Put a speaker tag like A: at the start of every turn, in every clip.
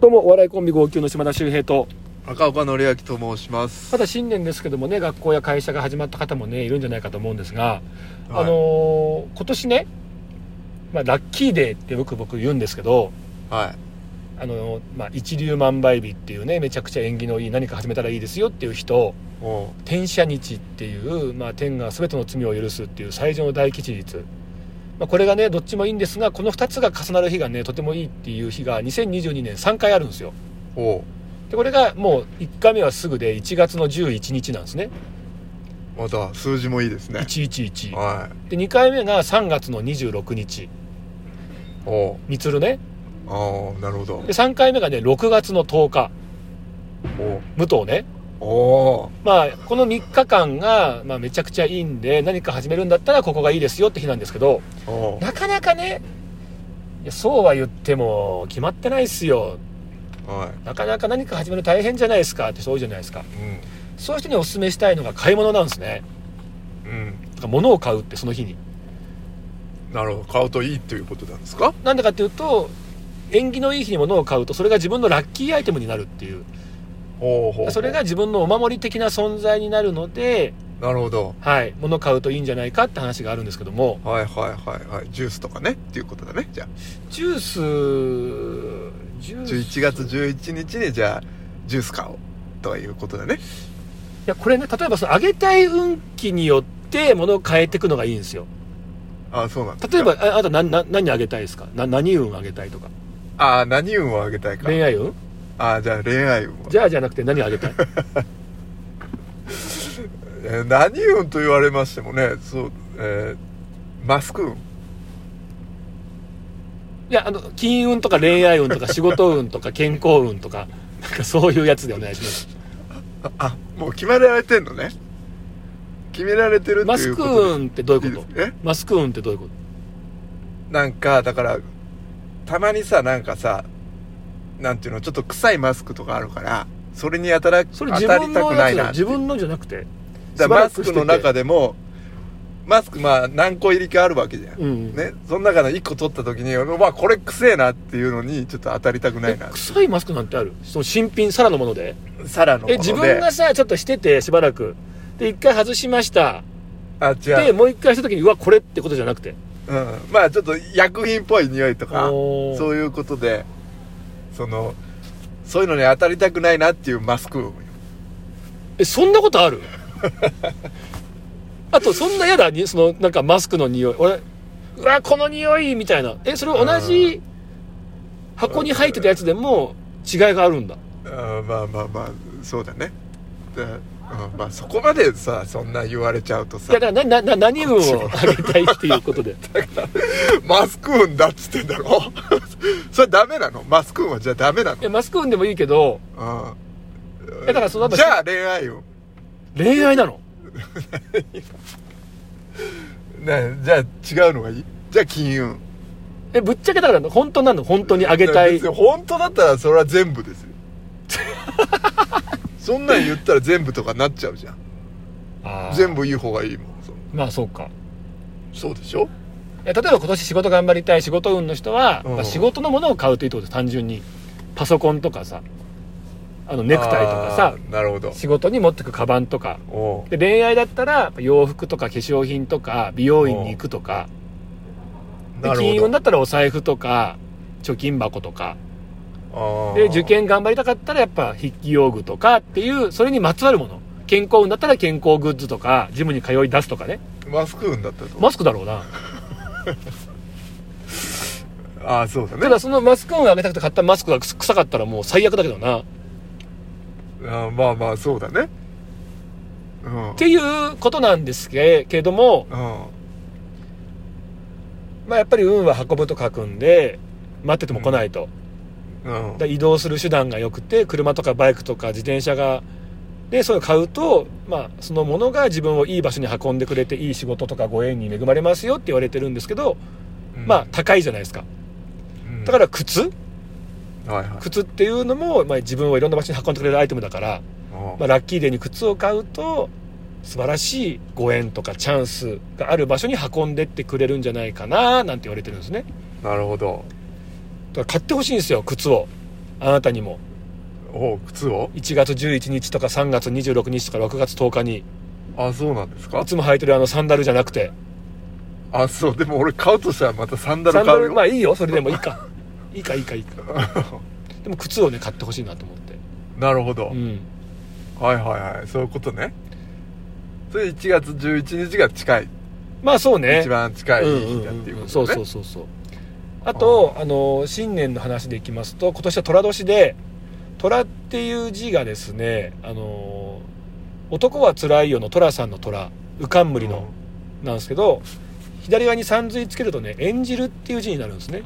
A: どうもお笑いコンビ号泣の島田秀平と
B: 赤岡典明と申します
A: まだ新年ですけどもね学校や会社が始まった方もねいるんじゃないかと思うんですが、
B: はい
A: あのー今年ね、まあ、ラッキーデーってよく僕言うんですけど
B: はい
A: あのーまあ、一粒万倍日っていうねめちゃくちゃ縁起のいい何か始めたらいいですよっていう人
B: おう
A: 天赦日っていう、まあ、天が全ての罪を許すっていう最上の大吉日、まあ、これがねどっちもいいんですがこの2つが重なる日がねとてもいいっていう日が2022年3回あるんですよ
B: おう
A: でこれがもう1回目はすぐで1月の11日なんですね
B: また数字もいいですね
A: 111
B: はい
A: で2回目が3月の26日
B: おう
A: みつるね
B: ああなるほど
A: で3回目がね6月の10日武藤ね
B: おお
A: まあこの3日間が、まあ、めちゃくちゃいいんで何か始めるんだったらここがいいですよって日なんですけど
B: おお
A: なかなかねいやそうは言っても決まってないっすよ
B: うは
A: なかなか何か始めるの大変じゃないですかって人多いじゃないですか
B: いうん
A: そういう人にお勧めしたいのが買い物なんですね
B: うん
A: だから物を買うってその日に
B: なるほど買うといいということなんですか
A: なんでかっていうと縁起のいい日に物を買うとそれが自分のラッキーアイテムになるっていう
B: おうほうほう
A: それが自分のお守り的な存在になるので、
B: なるほど
A: はい、物を買うといいんじゃないかって話があるんですけども
B: はいはいはいはいジュースとかねっていうことだねじゃあ
A: ジュースジュース
B: 11月11日にじゃあジュース買おうということだね
A: いやこれね例えばその上げたい運気によって物を変えていくのがいいんですよ
B: ああそうなんですか
A: 例えばああなた何何何あげたいですかな何運あげたいとか
B: ああ何運をあげたいか
A: 恋愛運
B: ああじゃあ恋愛運を
A: じゃあじゃなくて何あげたい
B: えー何運と言われましてもねそう、えーマスク運
A: いやあの金運とか恋愛運とか仕事運とか健康運とかなんかそういうやつでお願いします
B: ああもう決められてんのね決められてる
A: マ
B: ってい
A: ス
B: う
A: ク
B: ことで
A: 運ってどういうこ
B: いい
A: と
B: ですね
A: マスク運ってどういうこと
B: なんかだからたまにさなんかさなんていうのちょっと臭いマスクとかあるからそれに当たら
A: そ
B: 当
A: れ
B: た
A: 自
B: り
A: 分
B: た
A: の
B: くない
A: や
B: な
A: つ
B: っ
A: 自
B: ていう
A: 分のじゃなくて
B: だからマス
A: し
B: ク
A: ば
B: の
A: らくしてて
B: 中でもマスクまあ何個入りかあるわけじゃん、
A: うん
B: ねその中の1個取った時にまあこれくせえなっていうのにちょっと当たりたくないな
A: え臭いマスクなんてあるその新品さらのもので
B: サラのもの
A: え
B: で
A: 自分がさちょっとしててしばらくで一回外しました
B: あ違う
A: でもう一回した時にうわこれってことじゃなくて
B: うん、まあちょっと薬品っぽい匂いとか
A: おー
B: そういうことでそのそういうのに当たりたくないなっていうマスクを
A: えそんなことあ るあとそんな嫌だにそのなんかマスクの匂い俺うわこの匂いみたいなえそれ同じ箱に入ってたやつでも違いがあるんだ
B: あーまあまあまあそうだねで、うん、まあそこまでさそんな言われちゃうと
A: い
B: さ
A: やだからなな何分をあげたいっていうこと で
B: マスク運だっつってんだろ それダメなのマスク運はじゃあダメなの
A: いやマスク運でもいいけど
B: うん
A: いやだからその
B: じゃあ恋愛運
A: 恋愛なの
B: ねじゃあ違うのがいいじゃあ金運
A: えぶっちゃけだから本当なの本当にあげたい
B: 別に本当だったらそれは全部 ですよそんなん言ったら全部とかなっちゃうじゃん
A: あー
B: 全部いい方がいいもんそ
A: まあそうか
B: そうでしょ
A: いや例えば今年仕事頑張りたい仕事運の人は、
B: うん
A: まあ、仕事のものを買うというってことです単純にパソコンとかさあのネクタイとか
B: あ
A: さ
B: ーなるほど
A: 仕事に持ってくカバンとか
B: おう
A: で恋愛だったら洋服とか化粧品とか美容院に行くとかで
B: な
A: 金
B: るほ
A: 運だ
B: ど
A: ったらお財布とか貯金箱とか
B: あー
A: で受験頑張りたかったらやっぱ筆記用具とかっていうそれにまつわるもの健康運だったら健康グッズとかジムに通い出すとかね
B: マスク運だったと、
A: マスクだろうな
B: ああそうだ
A: た
B: ね
A: だそのマスクをあげたくて買ったマスクがくす臭かったらもう最悪だけどなっ
B: あーまあまあそうだねうんうん
A: ていうことなんですけけれども、まあ、やっぱり運は運ぶと書くんで待ってても来ないと、
B: うん
A: だ移動する手段が良くて車とかバイクとか自転車がでそういうの買うと、まあ、そのものが自分をいい場所に運んでくれていい仕事とかご縁に恵まれますよって言われてるんですけど、まあ高いじゃないですか
B: うん
A: だから靴
B: はいはい
A: 靴っていうのも、まあ、自分をいろんな場所に運んでくれるアイテムだから
B: おう
A: まあ、ラッキーデーに靴を買うと素晴らしいご縁とかチャンスがある場所に運んでってくれるんじゃないかななんて言われてるんですね
B: なるほど
A: だから買ってほしいんですよ靴をあなたにも
B: おう靴を
A: 1月11日とか3月26日とか6月10日に
B: あそうなんですか
A: いつも履いてるあのサンダルじゃなくて
B: あそうでも俺買うとしたらまたサンダ
A: サ
B: ル
A: ンダ
B: 買う
A: ル
B: よ
A: まあいいよそれでもいいかいいかいいかいいかでも靴をね買ってほしいなと思って
B: なるほど、
A: うん
B: はいはいはいそういうことねそれ1月11日が近い、
A: まあそうね
B: 一番近い
A: うん
B: 日
A: う
B: だっ
A: ん
B: ていううんこ
A: そう
B: とね、
A: そうそうそうあとあの新年の話でいきますと今年は寅年で寅っていう字がですねあの男はつらいよの寅さんの寅うかんむりのなんですけど左側にさんずいつけるとね演じるっていう字になるんですね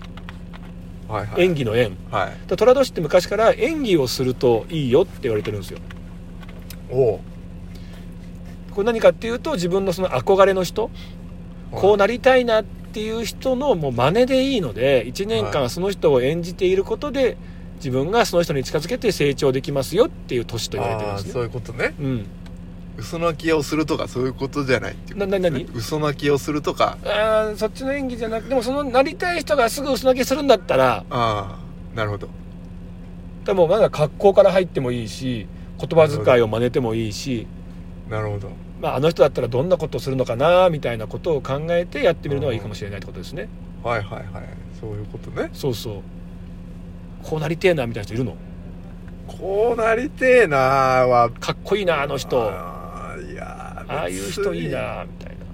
B: うんはいはい
A: 演技の円
B: はい
A: で寅年って昔から演技をするといいよって言われてるんですよ
B: おう
A: これ何かっていうと自分のその憧れの人こうなりたいなっていう人のもう真似でいいので1年間その人を演じていることで自分がその人に近づけて成長できますよっていう年と言われてるん
B: あ
A: で
B: あ
A: す
B: そ
A: ね
B: ういうことね
A: うん
B: 嘘泣きをするとかそういうことじゃないっていうこと
A: ななな
B: ですね嘘泣きをするとか
A: あーそっちの演技じゃなくてもそのなりたい人がすぐ嘘泣きするんだったら
B: ああなるほど
A: 多分なんか格好から入ってもいいし言葉遣いを真似てもいいし、
B: なるほど
A: まあ、あの人だったらどんなことをするのかなみたいなことを考えてやってみるのはいいかもしれないってことですね
B: はいはいはいそういうことね
A: そうそうこうなりてえなみたいな人いるの
B: こうなりてえなあは
A: かっこいいなあの人あ
B: ああいやー
A: あいう人いいなあみたいな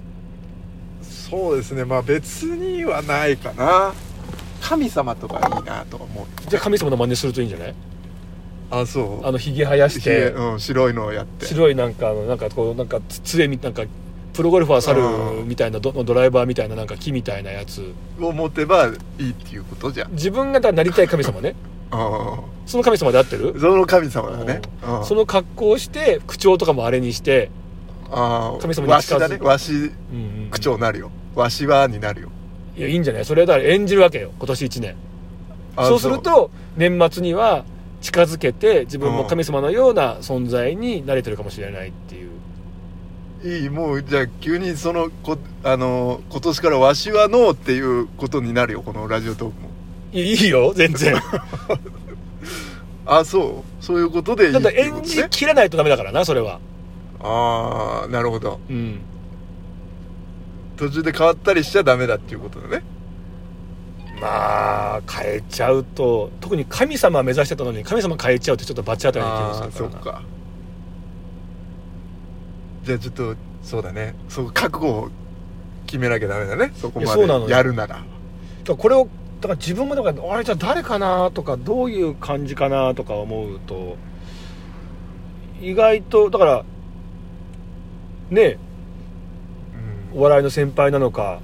B: 別にそうですねまあ別にはないかな神様とかいいなとか思う
A: じゃあ神様の真似するといいんじゃない
B: あそう
A: あのひげ生やし
B: ひげ
A: て
B: うん、白いのをやって
A: 白いなんかあのなんかこうなんかつ杖みなんかプロゴルファー猿みたいなどドライバーみたいななんか木みたいなやつ
B: を持てばいいっていうことじゃん
A: 自分がだからなりたい神様 ね
B: う
A: その神様で合ってる
B: んその神様だね
A: うん
B: うん
A: その格好をして口調とかもあれにして、
B: ああ
A: 神様に
B: わし
A: 近づ
B: だねわし
A: うんうんうん
B: 口調になるよわしはになるよ
A: いやいいんじゃないそれはだから演じるわけよ今年1年
B: あ
A: そうすると年末には近づけて自分も神様のような存在に慣れてるかもしれないっていう
B: いいもうじゃあ急にそのこあの今年からわしはノーっていうことになるよこのラジオトークも
A: いいいよ全 然
B: あそうそういうことでいい
A: た
B: って
A: だ
B: いうこ
A: 演
B: と
A: じ
B: ね
A: きらないとダメだからなそれは
B: ああなるほど
A: うん
B: 途中で変わったりしちゃダメだっていうことだね
A: まあ変えちゃうと特に神様目指してたのに神様変えちゃうってちょっと罰当たりな気がす
B: ああ
A: る
B: そっ
A: から
B: かじゃあちょっとそうだねそう覚悟を決めなきゃダメだねそこ
A: いや
B: ま
A: そうなのよ
B: でやるなら
A: だからこれをだから自分もだからあれじゃあ誰かなとかどういう感じかなとか思うと意外とだからね
B: うん
A: お笑いの先輩なのか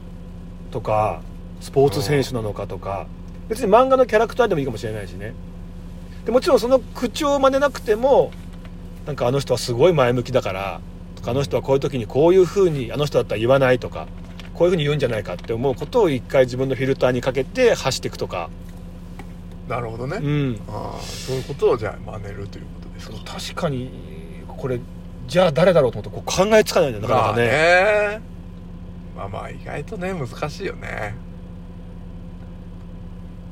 A: とかスポーツ選手なのかとか別に漫画のキャラクターでもいいかもしれないしねでもちろんその口調を真似なくてもなんかあの人はすごい前向きだからとかあの人はこういう時にこういうふうにあの人だったら言わないとかこういうふうに言うんじゃないかって思うことを一回自分のフィルターにかけて発していくとか
B: なるほどね、
A: うん
B: ああそういうことをじゃあ真似るということですか
A: 確かにこれじゃあ誰だろうと思ってこう考えつかないんだよなかなかね
B: まあねまあまあ意外とね難しいよね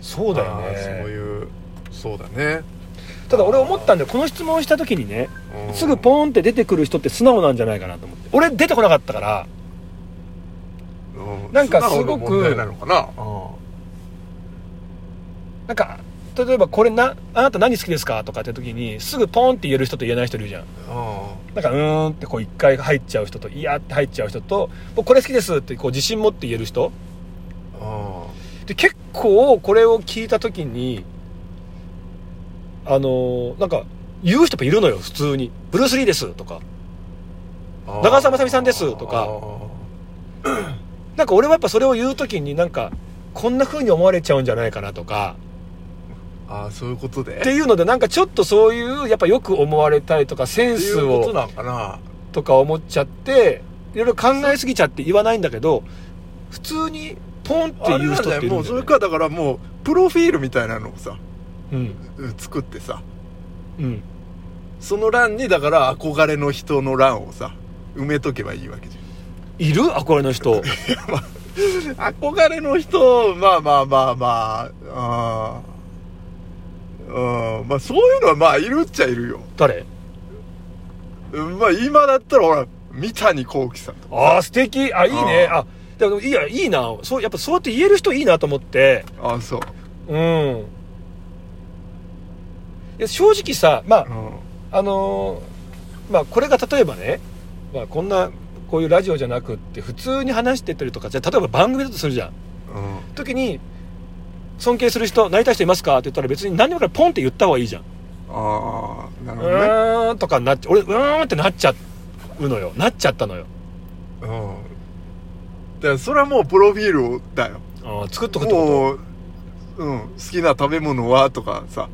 A: そうだよ
B: まあそう
A: ね
B: いうそうだね、
A: ただ俺思ったんだよこの質問をした時にね
B: うん
A: すぐポーンって出てくる人って素直なんじゃないかなと思って俺出てこなかったから
B: う
A: なんかすごく
B: 素直な問題なのかな
A: なんか例えばこれなあなた何好きですかとかって時にすぐポーンって言える人と言えない人いるじゃん
B: う
A: なんかうーんってこう一回入っちゃう人といやーって入っちゃう人と僕これ好きですってこう自信持って言える人
B: んうん
A: で結構これを聞いた時にあのーなんか言う人やっぱいるのよ普通に「ブルース・リーです」とか長澤まさみさんですとかなんか俺はやっぱそれを言う時になんかこんな風に思われちゃうんじゃないかなとか
B: あーあーそういうことで
A: っていうのでなんかちょっとそういうやっぱよく思われたりとかセン
B: ってい
A: ス
B: うこと
A: を
B: なんかな
A: とか思っちゃっていろいろ考えすぎちゃって言わないんだけど普通にポンって
B: あれ
A: 言う
B: なん
A: 人
B: だ
A: っている
B: よも
A: ん
B: う
A: だよ
B: それ
A: ね
B: かだからもうプロフィールみたいなのをさ
A: うん
B: 作ってさ
A: うん
B: その欄にだから憧れの人の欄をさ埋めとけばいいわけじゃん
A: いる憧れの 人
B: 憧れの人まあまあまあまああーうんまあそういうのはまあいるっちゃいるよ。
A: 誰
B: うんまあ今だったらほら、三谷幸喜さんとか。
A: ああ素敵あいいねあでもいいやいいなそうやっぱそうやって言える人いいなと思って
B: ああ、そう。
A: うんいや正直さまあ
B: うん。
A: あのーまあこれが例えばね、まあ、こんなこういうラジオじゃなくって普通に話してたりとかじゃあ例えば番組だとするじゃん
B: うん。
A: 時に「尊敬する人なりたい人いますか?」って言ったら別に何でもからポンって言った方がいいじゃん「
B: ああ、な
A: う
B: るほどね。
A: ーん」とかなっちゃ俺「うーん」ってなっちゃうのよなっちゃったのよ
B: うん。だからそれはもうプロフィールをだよ。
A: あー作っとくってこ
B: もう、うん、好きな食べ物はとかさ、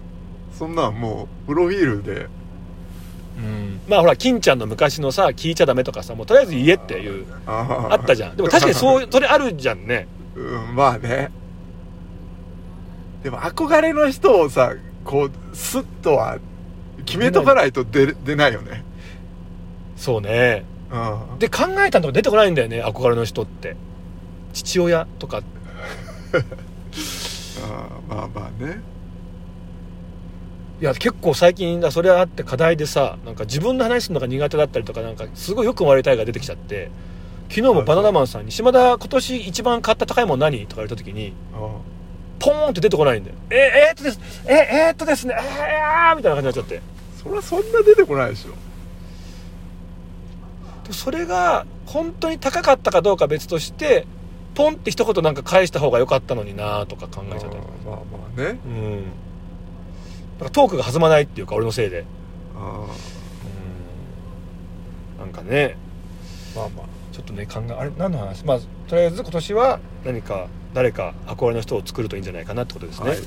B: そんなんもう、プロフィールで。
A: とうんまあほら金ちゃんの昔のさ聞いちゃダメとかさもうとりあえず言えっていう
B: あ
A: あったじ
B: ゃん。
A: ゃんでも確かにそうそれあるじゃんね
B: うん、まあね。でも憧れの人をさ、こう、スッとは、決めとかないと出れ、出ないよね。
A: そうね
B: うん。
A: で考えたのが出てこないんだよね憧れの人って父親とか
B: あーまあまあね。
A: いや結構最近だそれはあって課題でさなんか自分の話するのが苦手だったりとかなんかすごいよく思われたいが出てきちゃって昨日もバナナマンさんに「島田今年一番買った高いもの何?」とか言われた時に
B: う
A: ポーンって出てこないんだよ「ええーっとですええーっとですねえー、あーみたいな感じになっちゃって
B: ん。そりゃそんな出てこないでしょ。
A: でそれが本当に高かったかどうか別としてポンって一言なんか返した方が良かったのになーとか考えちゃったり
B: あーまあまあね。
A: うんなんかトークが弾まないっていうか俺のせいで
B: あ
A: うんなんかね
B: ーまあまあ。
A: ちょっとね考えあれ何の話まあとりあえず今年は何か誰か憧れの人を作るといいんじゃないかなってことですね、
B: はい